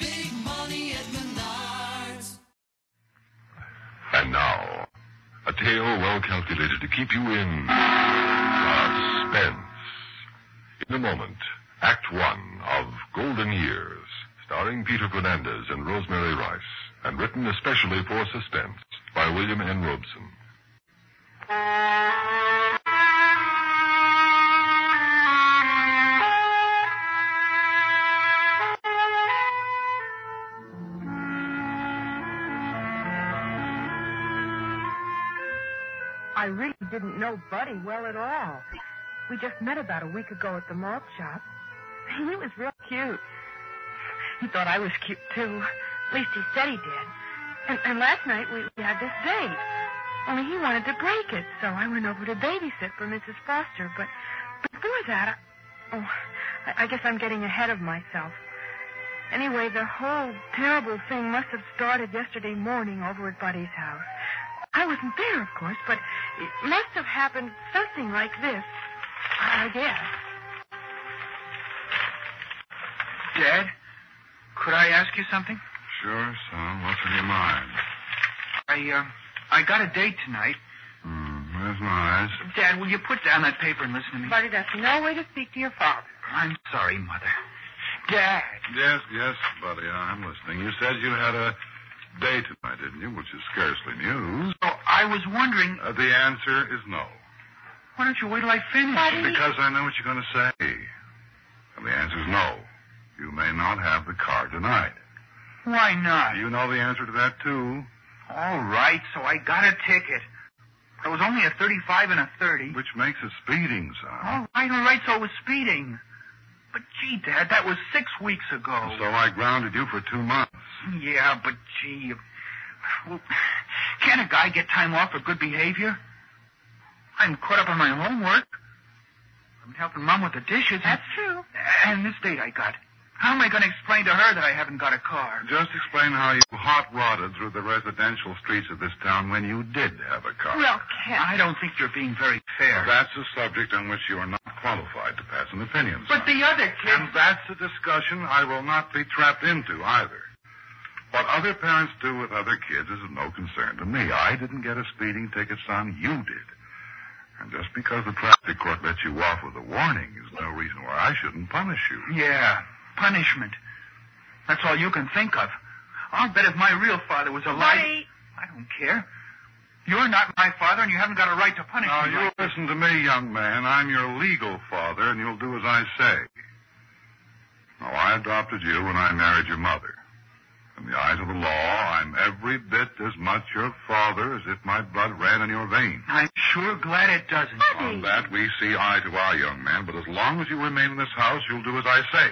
big money at Menards. And now, a tale well calculated to keep you in suspense. In a moment, Act One of Golden Years, starring Peter Fernandez and Rosemary Rice, and written especially for suspense by William N. Robson. I really didn't know Buddy well at all. We just met about a week ago at the malt shop. He was real cute. He thought I was cute, too. At least he said he did. And, and last night we, we had this date. Only he wanted to break it, so I went over to babysit for Mrs. Foster. But before that, I, oh, I, I guess I'm getting ahead of myself. Anyway, the whole terrible thing must have started yesterday morning over at Buddy's house. I wasn't there, of course, but it must have happened something like this, I guess. Dad, could I ask you something? Sure, son. What's on your mind? I, uh, I got a date tonight. Hmm, where's my eyes? Dad, will you put down that paper and listen to me? Buddy, that's no way to speak to your father. I'm sorry, Mother. Dad. Yes, yes, buddy, I'm listening. You said you had a date tonight, didn't you? Which is scarcely news. Oh, I was wondering. Uh, the answer is no. Why don't you wait till I finish? Because I know what you're going to say. And the answer is no. You may not have the car tonight. Why not? You know the answer to that, too. All right, so I got a ticket. It was only a 35 and a 30. Which makes it speeding, son. All right, all right, so it was speeding. But gee, Dad, that was six weeks ago. So I grounded you for two months. Yeah, but gee. Well, can a guy get time off for good behavior? I'm caught up on my homework. I'm helping Mom with the dishes. That's true. And this date I got. How am I going to explain to her that I haven't got a car? Just explain how you hot rodded through the residential streets of this town when you did have a car. Well, Ken. I don't think you're being very fair. That's a subject on which you are not qualified to pass an opinion. son. But the other kid. And that's a discussion I will not be trapped into either. What other parents do with other kids is of no concern to me. I didn't get a speeding ticket, son. You did. And just because the traffic court lets you off with a warning is no reason why I shouldn't punish you. Yeah, punishment. That's all you can think of. I'll bet if my real father was alive. Buddy. I don't care. You're not my father, and you haven't got a right to punish Now, me. you like this. listen to me, young man. I'm your legal father, and you'll do as I say. Now, I adopted you when I married your mother. In the eyes of the law, I'm every bit as much your father as if my blood ran in your veins. I'm sure glad it doesn't. On that, we see eye to eye, young man, but as long as you remain in this house, you'll do as I say.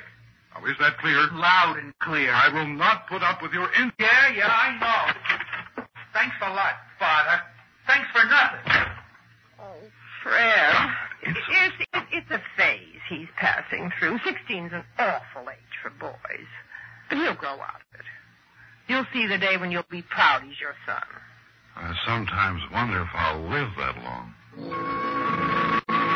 Now, is that clear? Loud and clear. I will not put up with your in. Yeah, yeah, I know. Thanks a lot, Father. Thanks for nothing. Oh. Fred. It's, it's, it's a phase he's passing through. Sixteen's an awful age for boys. But he'll grow out of it. You'll see the day when you'll be proud he's your son. I sometimes wonder if I'll live that long.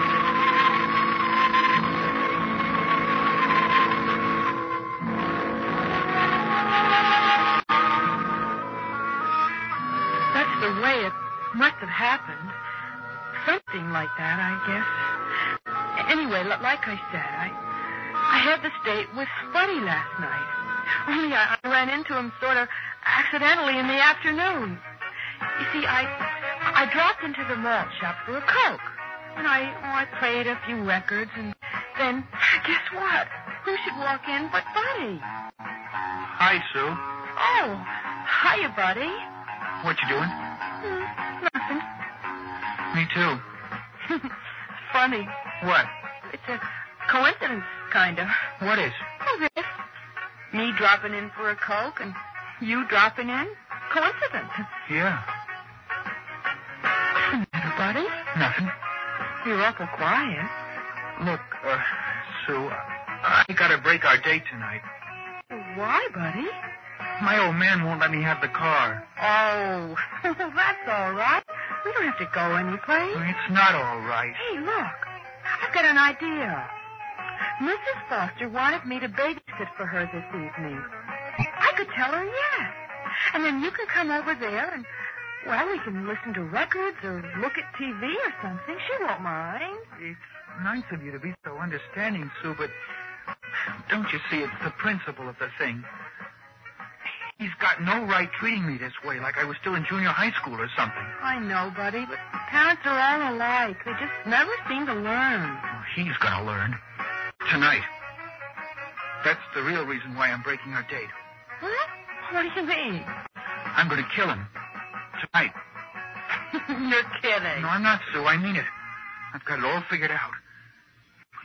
That's the way it must have happened. Something like that, I guess. Anyway, li- like I said, I I had this date with Buddy last night. Only I, I ran into him sort of accidentally in the afternoon. You see, I I dropped into the malt shop for a coke, and I oh, I played a few records, and then guess what? Who should walk in but Buddy? Hi, Sue. Oh, hiya, Buddy. What you doing? Hmm, nothing. Me too. Funny. What? It's a coincidence, kind of. What is? Oh, this. Me dropping in for a Coke and you dropping in? Coincidence. Yeah. What's the matter, Buddy? Nothing. You're awful quiet. Look, uh, Sue, I gotta break our date tonight. Why, Buddy? My old man won't let me have the car. Oh, that's all right. We don't have to go anyplace. It's not all right. Hey, look. I've got an idea. Mrs. Foster wanted me to babysit for her this evening. I could tell her yes. And then you can come over there and, well, we can listen to records or look at TV or something. She won't mind. It's nice of you to be so understanding, Sue, but don't you see it's the principle of the thing? He's got no right treating me this way, like I was still in junior high school or something. I know, Buddy, but parents are all alike. They just never seem to learn. Well, he's gonna learn. Tonight. That's the real reason why I'm breaking our date. What? What do you mean? I'm gonna kill him. Tonight. You're kidding. No, I'm not, Sue. I mean it. I've got it all figured out.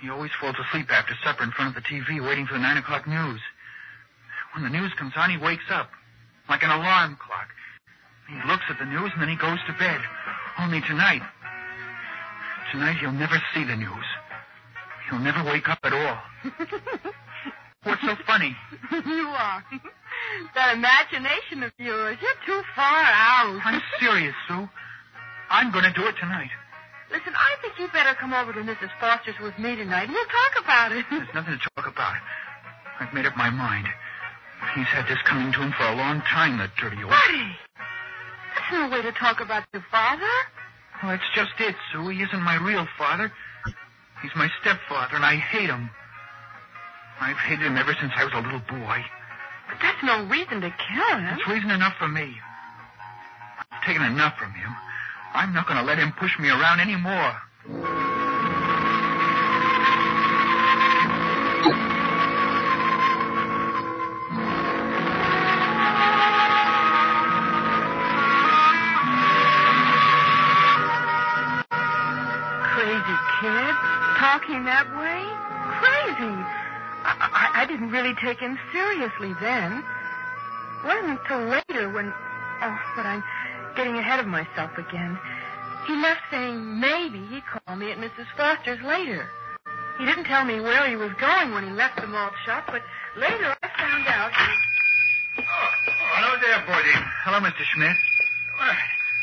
He always falls asleep after supper in front of the TV waiting for the nine o'clock news. When the news comes on, he wakes up like an alarm clock. He looks at the news and then he goes to bed. Only tonight. Tonight he'll never see the news. He'll never wake up at all. What's so funny? you are. that imagination of yours, you're too far out. I'm serious, Sue. I'm going to do it tonight. Listen, I think you better come over to Mrs. Foster's with me tonight and we'll talk about it. There's nothing to talk about. I've made up my mind. He's had this coming to him for a long time, that dirty old. Buddy, that's no way to talk about your father. Well, that's just it, Sue. He isn't my real father. He's my stepfather, and I hate him. I've hated him ever since I was a little boy. But that's no reason to kill him. It's reason enough for me. I've taken enough from him. I'm not going to let him push me around anymore. Crazy kid. Talking that way? Crazy. I, I, I didn't really take him seriously then. It wasn't until later when. Oh, but I'm getting ahead of myself again. He left saying maybe he'd call me at Mrs. Foster's later. He didn't tell me where he was going when he left the malt shop, but later I found out. Oh, hello there, Boydie. Hello, Mr. Schmidt.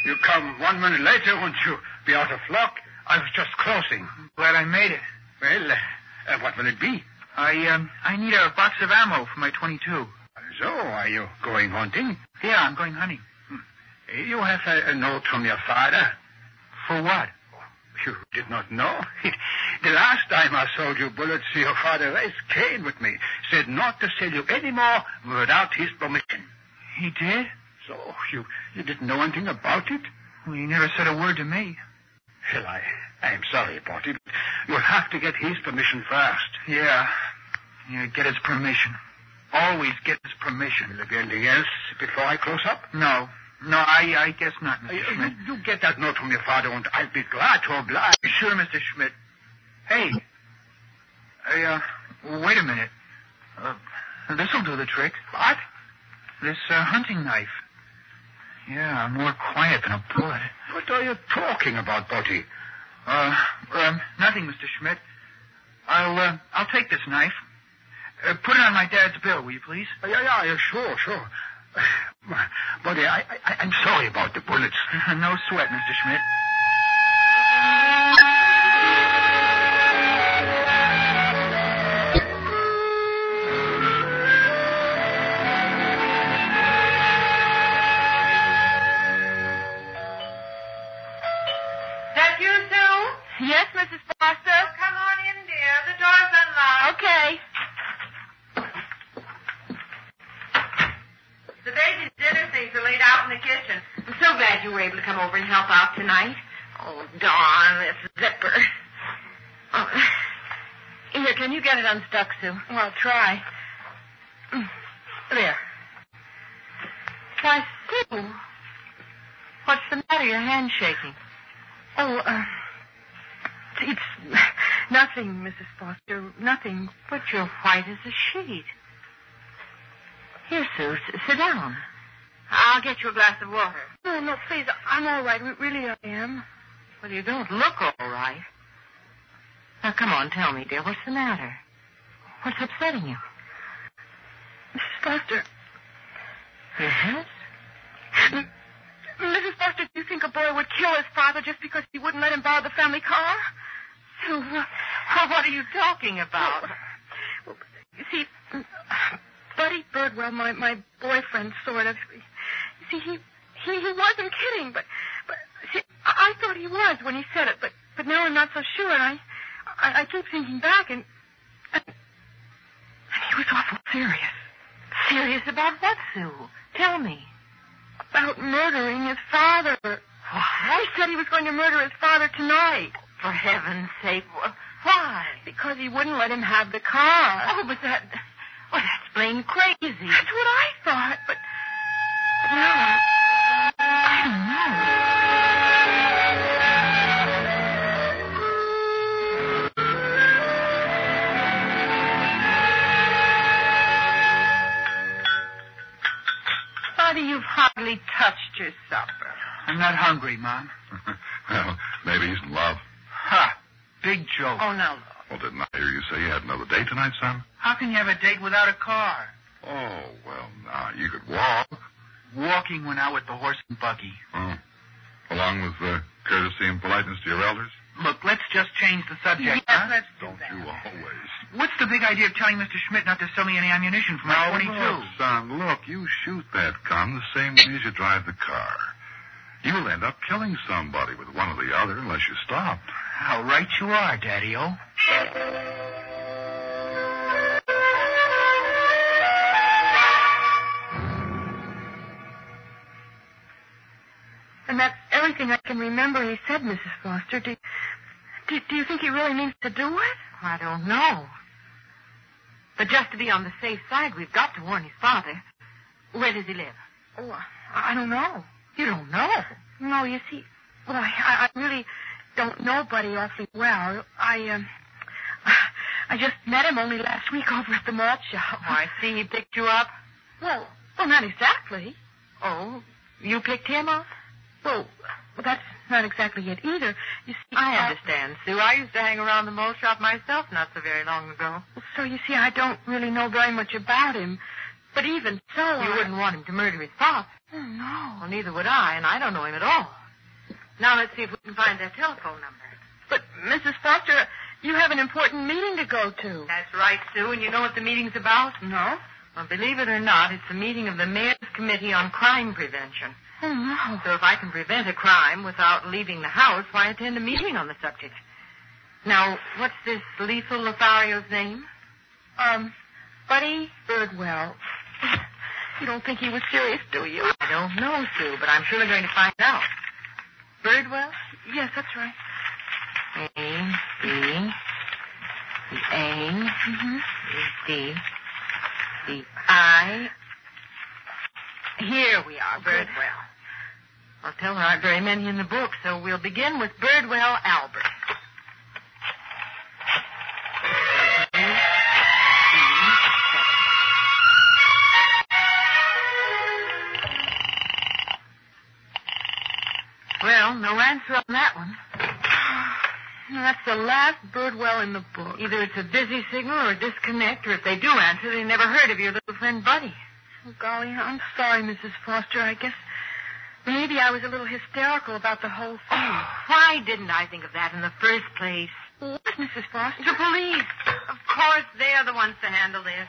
You come one minute later, won't you? Be out of luck. I was just closing. Glad I made it. Well, uh, uh, what will it be? I um, I need a box of ammo for my 22. So, are you going hunting? Hmm. Yeah, I'm going hunting. You have uh, a, a note from your father. For what? You did not know? the last time I sold you bullets, your father raised Cain with me. Said not to sell you any more without his permission. He did? So, you, you didn't know anything about it? Well, he never said a word to me. Well, I, I am sorry about it. but You'll have to get his permission first. Yeah. Yeah, get his permission. Always get his permission. Will there be anything else before I close up? No. No, I, I guess not, Uh, Mr. You, Schmidt. you- you get that note from your father, and I'll be glad to oblige. Sure, Mr. Schmidt. Hey. Hey, uh, wait a minute. Uh, this'll do the trick. What? This, uh, hunting knife. Yeah, more quiet than a bullet. What are you talking about, Botti? Uh, um, nothing, Mr. Schmidt. I'll, uh, I'll take this knife. Uh, put it on my dad's bill, will you please? Uh, Yeah, yeah, yeah, sure, sure. Buddy, I, I, I'm sorry about the bullets. no sweat, Mr. Schmidt. That you, Sue? Yes, Mrs. Foster. Come on in, dear. The door's unlocked. Okay. The baby's dinner things are laid out in the kitchen. I'm so glad you were able to come over and help out tonight. Oh, darn, this zipper. Oh. Here, can you get it unstuck, Sue? Well, I'll try. Mm. There. Why, Sue? What's the matter? Your hand's shaking. Oh, uh, it's nothing, Mrs. Foster. Nothing. But you're white as a sheet. Here, Sue, s- sit down. I'll get you a glass of water. No, no, please. I'm all right. Re- Really, I am. Well, you don't look all right. Now, come on, tell me, dear. What's the matter? What's upsetting you? Mrs. Foster. Yes? Mrs. Foster, do you think a boy would kill his father just because he wouldn't let him borrow the family car? What are you talking about? You see, Buddy Birdwell, my, my boyfriend, sort of. you See, he, he he wasn't kidding, but but see, I I thought he was when he said it, but but now I'm not so sure, and I I, I keep thinking back, and, and and he was awful serious. Serious about what, Sue? Tell me. About murdering his father. He said he was going to murder his father tonight. For heaven's sake, why? Because he wouldn't let him have the car. Oh, but that. Well, that's plain crazy. That's what I thought, but. Well, I- I don't know. Buddy, you've hardly touched your supper. I'm not hungry, Mom. well, maybe he's in love. Ha! Big joke. Oh, now, Well, didn't I hear you say you had another date tonight, son? How can you have a date without a car? Oh, well, now, you could walk. Walking went out with the horse and buggy. Oh. Along with uh, courtesy and politeness to your elders? Look, let's just change the subject. Yes, huh? let's do Don't you always. What's the big idea of telling Mr. Schmidt not to sell me any ammunition for my Now, 22? Look, son, look, you shoot that gun the same way as you drive the car. You'll end up killing somebody with one or the other unless you stop. How right you are, Daddy-O. And that's everything I can remember he said, Mrs. Foster. Do, do, do you think he really means to do it? I don't know. But just to be on the safe side, we've got to warn his father. Where does he live? Oh, I don't know. You don't know? No, you see, well, I, I I really don't know Buddy awfully well. I, um, I just met him only last week over at the malt shop. Oh, I see. He picked you up? Well, well, not exactly. Oh, you picked him up? Well, well, that's not exactly it either. You see, I understand, Sue. I used to hang around the mole shop myself not so very long ago. So you see, I don't really know very much about him. But even so, You wouldn't want him to murder his father. Oh, no. Well, neither would I, and I don't know him at all. Now let's see if we can find their telephone number. But Mrs. Foster, you have an important meeting to go to. That's right, Sue, and you know what the meeting's about? No. Well, believe it or not, it's the meeting of the Mayor's Committee on Crime Prevention. Oh no. So if I can prevent a crime without leaving the house, why attend a meeting on the subject? Now, what's this lethal Lothario's name? Um, Buddy Birdwell. You don't think he was serious, do you? I don't know, Sue, but I'm surely going to find out. Birdwell? Yes, that's right. A, B, the A, Mm-hmm. the D, the I. Here we are, Birdwell. Well, tell there aren't very many in the book, so we'll begin with Birdwell Albert. Well, no answer on that one. Now, that's the last Birdwell in the book. Either it's a busy signal or a disconnect, or if they do answer, they never heard of your little friend Buddy. Oh, golly, I'm sorry, Mrs. Foster. I guess maybe I was a little hysterical about the whole thing. Oh, why didn't I think of that in the first place? What, Mrs. Foster? The police. Of course, they're the ones to handle this.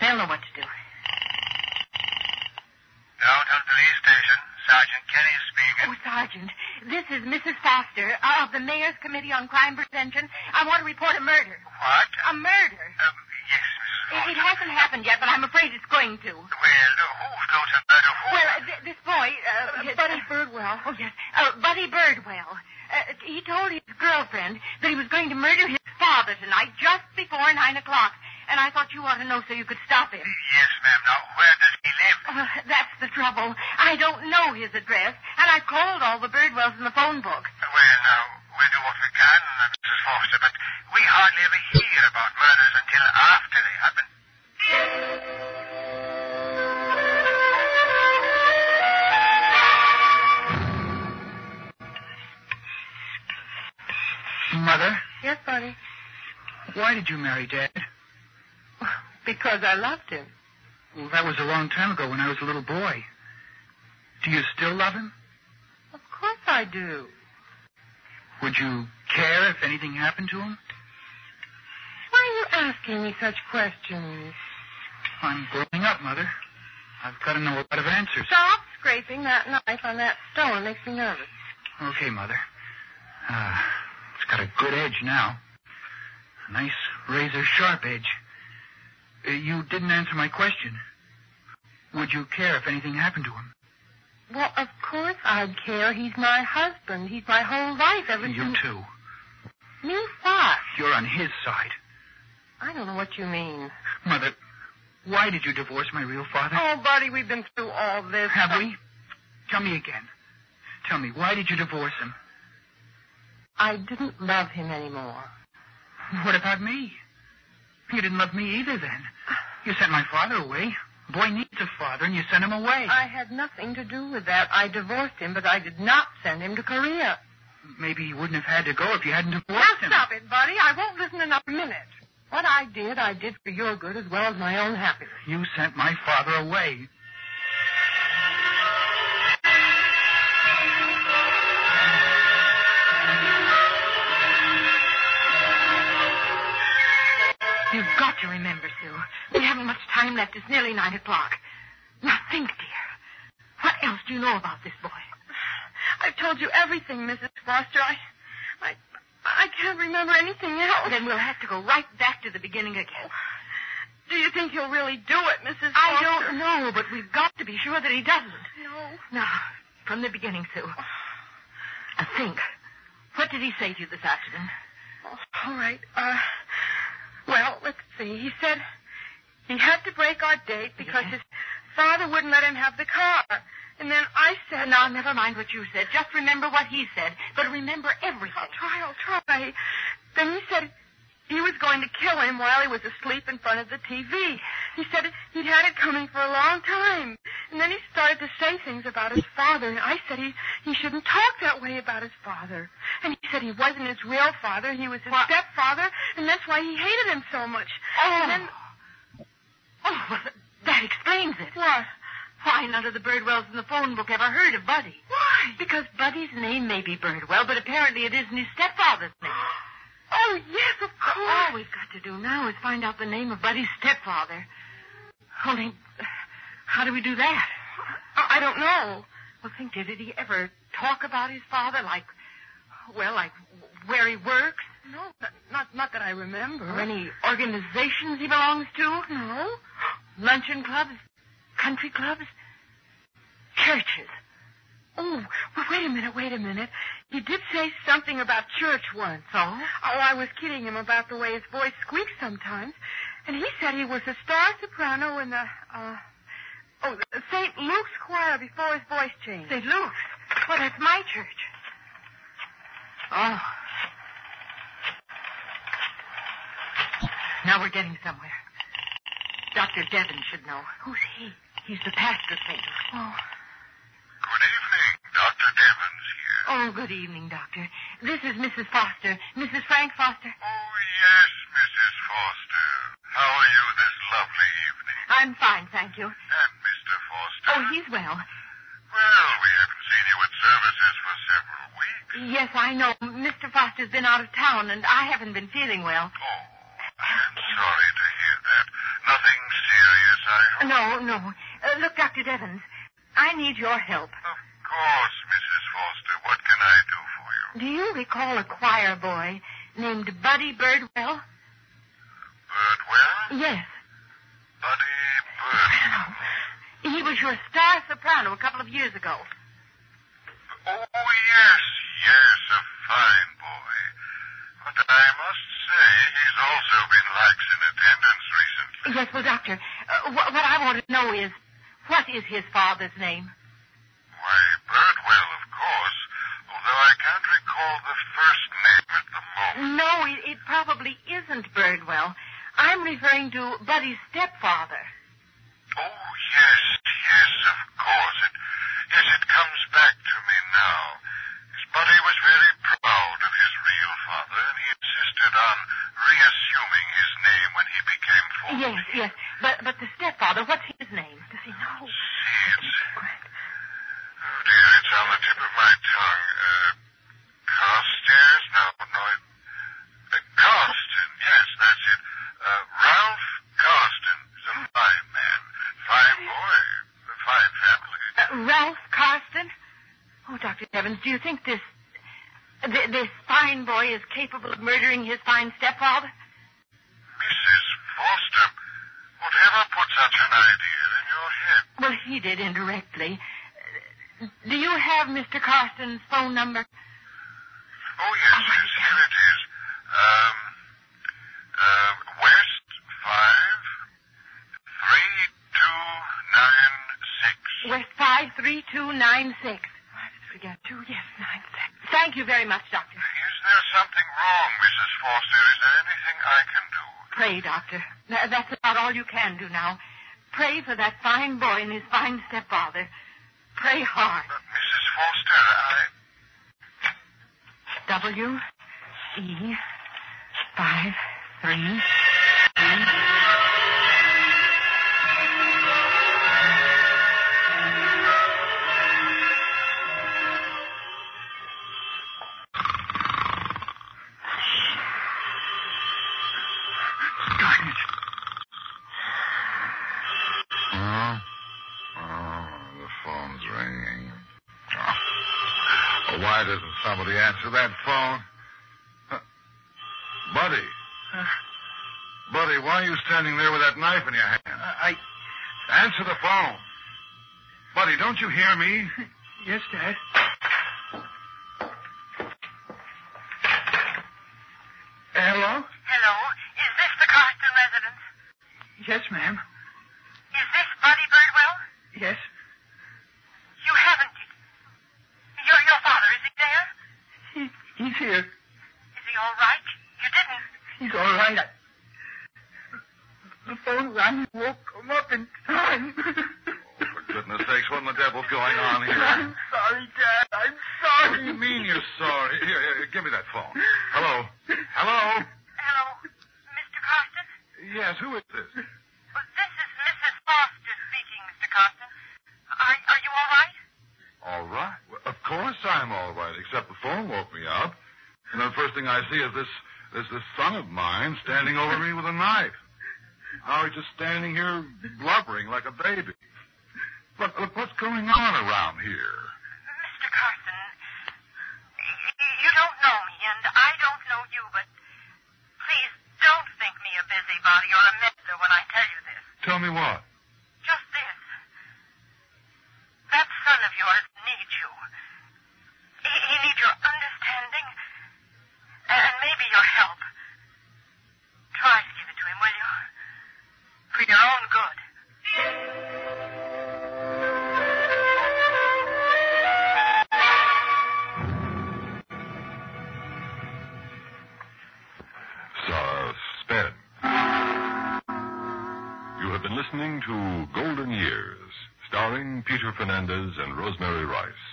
They'll know what to do. Downtown Police Station, Sergeant Kenny speaking. Oh, Sergeant, this is Mrs. Foster of the Mayor's Committee on Crime Prevention. I want to report a murder. What? A murder. Um, yes, Mrs. It, it hasn't happened yet, but I'm afraid it's going to. Well, who's going to murder who? Well, uh, th- this boy, uh, his- Buddy Birdwell. Oh, yes. Uh, Buddy Birdwell. Uh, he told his girlfriend that he was going to murder his father tonight just before nine o'clock. And I thought you ought to know so you could stop him. Yes, ma'am. Now, where does he live? Uh, that's the trouble. I don't know his address, and I've called all the Birdwells in the phone book. Well, now, we do what we can, uh, Mrs. Foster, but we hardly ever hear about murders until after they happen. Why did you marry Dad? Because I loved him. Well, that was a long time ago when I was a little boy. Do you still love him? Of course I do. Would you care if anything happened to him? Why are you asking me such questions? I'm growing up, Mother. I've got to know a lot of answers. Stop scraping that knife on that stone. It makes me nervous. Okay, Mother. Ah, it's got a good edge now. A nice razor sharp edge. Uh, you didn't answer my question. Would you care if anything happened to him? Well, of course I'd care. He's my husband. He's my whole life. Ever You since... too. Me what? You're on his side. I don't know what you mean. Mother, why did you divorce my real father? Oh, buddy, we've been through all this. Have we? Tell me again. Tell me, why did you divorce him? I didn't love him anymore. What about me? You didn't love me either then. You sent my father away. A boy needs a father, and you sent him away. I had nothing to do with that. I divorced him, but I did not send him to Korea. Maybe he wouldn't have had to go if you hadn't Now divorced him. stop it, buddy. I won't listen another minute. What I did, I did for your good as well as my own happiness. You sent my father away. You've got to remember, Sue. We haven't much time left. It's nearly nine o'clock. Now think, dear. What else do you know about this boy? I've told you everything, Mrs. Foster. I, I, I can't remember anything else. Then we'll have to go right back to the beginning again. Do you think he'll really do it, Mrs. Foster? I don't know, but we've got to be sure that he doesn't. No. Now, from the beginning, Sue. Now think. What did he say to you this afternoon? All right. Uh, well, let's see. He said he had to break our date because Yes. his father wouldn't let him have the car. And then I said, Now, never mind what you said. Just remember what he said. But remember everything. I'll try, I'll try. Then he said he was going to kill him while he was asleep in front of the TV. He said he'd had it coming for a long time. And then he started to say things about his father, and I said he, he shouldn't talk that way about his father. And he said he wasn't his real father, he was his stepfather, and that's why he hated him so much. Oh. And then, Oh, well, that explains it. what? Why none of the Birdwells in the phone book ever heard of Buddy? Why? Because Buddy's name may be Birdwell, but apparently it isn't his stepfather's name. Oh, yes, of All course. we've got to do now is find out the name of Buddy's stepfather. Only, how do we do that? I I don't know. Well, think, dear, did he ever talk about his father? Like, well, like where he works? No, not, not, not that I remember. Or any organizations he belongs to? No. Luncheon clubs? Country clubs? Churches? Oh, well, wait a minute, wait a minute. He did say something about church once. Oh? Oh, I was kidding him about the way his voice squeaks sometimes. And he said he was a star soprano in the, uh, oh, the St. Luke's choir before his voice changed. St. Luke's? Well, that's my church. Oh. Now we're getting somewhere. Dr. Devon should know. Who's he? He's the pastor of St. Luke's. Oh. Good evening. Dr. Devon's here. Oh, good evening, Doctor. This is Mrs. Foster. Mrs. Frank Foster. Oh, yes, Mrs. Foster. How are you this lovely evening? I'm fine, thank you. And Mr. Foster? Oh, he's well. Well, we haven't seen you at services for several weeks. Yes, I know. Mr. Foster's been out of town, and I haven't been feeling well. Oh, I'm sorry to hear that. Nothing serious, I hope. No, no. Uh, look, Dr. Devons, I need your help. Of course, Mrs. Foster. What can I do for you? Do you recall a choir boy named Buddy Birdwell? Birdwell? Yes. Buddy Birdwell. He was your star soprano a couple of years ago. Oh, yes, yes, a fine boy. But I must say he's also been lax in attendance recently. Yes, well, Doctor, uh, wh- what I want to know is, what is his father's name? Why, Birdwell, of course, although I can't recall the first name at the moment. No, it, it probably isn't Birdwell. I'm referring to Buddy's stepfather. Oh, yes, yes, of course. It, yes, it comes back to me now. His buddy was very proud of his real father, and he insisted on reassuming father. What's his name? Does he know? Grant. Oh, dear, it's on the tip of my tongue. Uh, Carstairs? No, no. It, uh, Carston, yes, that's it. Uh, Ralph Carston. He's a fine man. Fine boy. A fine family. Uh, Ralph Carsten? Oh, Dr. Evans, do you think this, th- this fine boy is capable of murdering his fine stepfather? Mrs. Forster, whatever put such an idea in your head? Well, he did indirectly. Uh, Do you have Mr. Carsten's phone number? Oh, yes, yes, here it is. Um, uh, West 5, 3296. West 53296. I forget. Two, yes, nine, six. Thank you very much, Doctor. Is there something wrong, Mrs. Forster? Is there anything I can do? Pray, Doctor. Th- That's about all you can do now. Pray for that fine boy and his fine stepfather. Pray hard. But, Mrs. Uh, Forster, I. W E five three. Darn it. Oh, oh the phone's ringing. Oh. Well, why doesn't somebody answer that phone? Huh. Buddy. Buddy, why are you standing there with that knife in your hand? I. Answer the phone. Buddy, don't you hear me? Yes, Dad. Hello? Hello, is this the Carsten residence? Yes, ma'am. Is this Buddy Birdwell? Yes. You haven't. Your your father is he there? He, he's here. Is he all right? You didn't. He's all right. I... The phone rang. He woke him up in time. Oh, For goodness sakes, what in the devil's going on here? I'm sorry, Dad. I'm sorry. What do you mean you're sorry? Here, here, here, give me that phone. Hello? Hello? Hello, Mr. Carsten. Yes, who is this? Well, This is Mrs. Foster speaking, Mr. Carsten. Are are you all right? All right. Well, of course I'm all right, except the phone woke me up. And the first thing I see is this, this, this son of mine standing over me with a knife. Now he's just standing here blubbering like a baby. Look, look, what's going on around here? Mr. Carson, you don't know me, and I don't know you, but please don't think me a busybody or a meddler when I tell you this. Tell me what? Just this. That son of yours needs you. He, he needs your understanding and maybe your help. Try to give it to him, will you? For your own good. Suspense. You have been listening to Golden Years, starring Peter Fernandez and Rosemary Rice,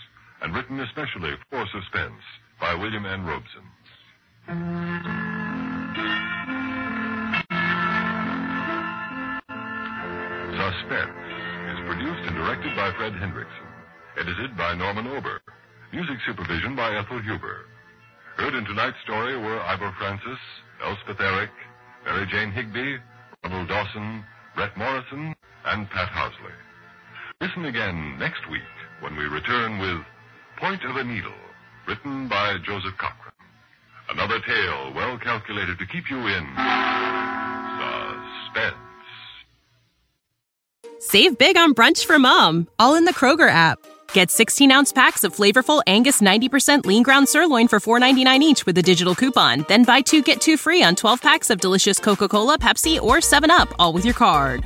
and written especially for Suspense by William N. Robeson. Suspense is produced and directed by Fred Hendrickson, edited by Norman Ober, music supervision by Ethel Huber. Heard in tonight's story were Ivor Francis, Elspeth Eric, Mary Jane Higby, Ronald Dawson, Brett Morrison, and Pat Housley. Listen again next week when we return with Point of a Needle, written by Joseph Cochran. Another tale well calculated to keep you in suspense. Save big on brunch for mom, all in the Kroger app. Get 16 ounce packs of flavorful Angus 90% lean ground sirloin for $4.99 each with a digital coupon. Then buy two get two free on 12 packs of delicious Coca Cola, Pepsi, or 7UP, all with your card.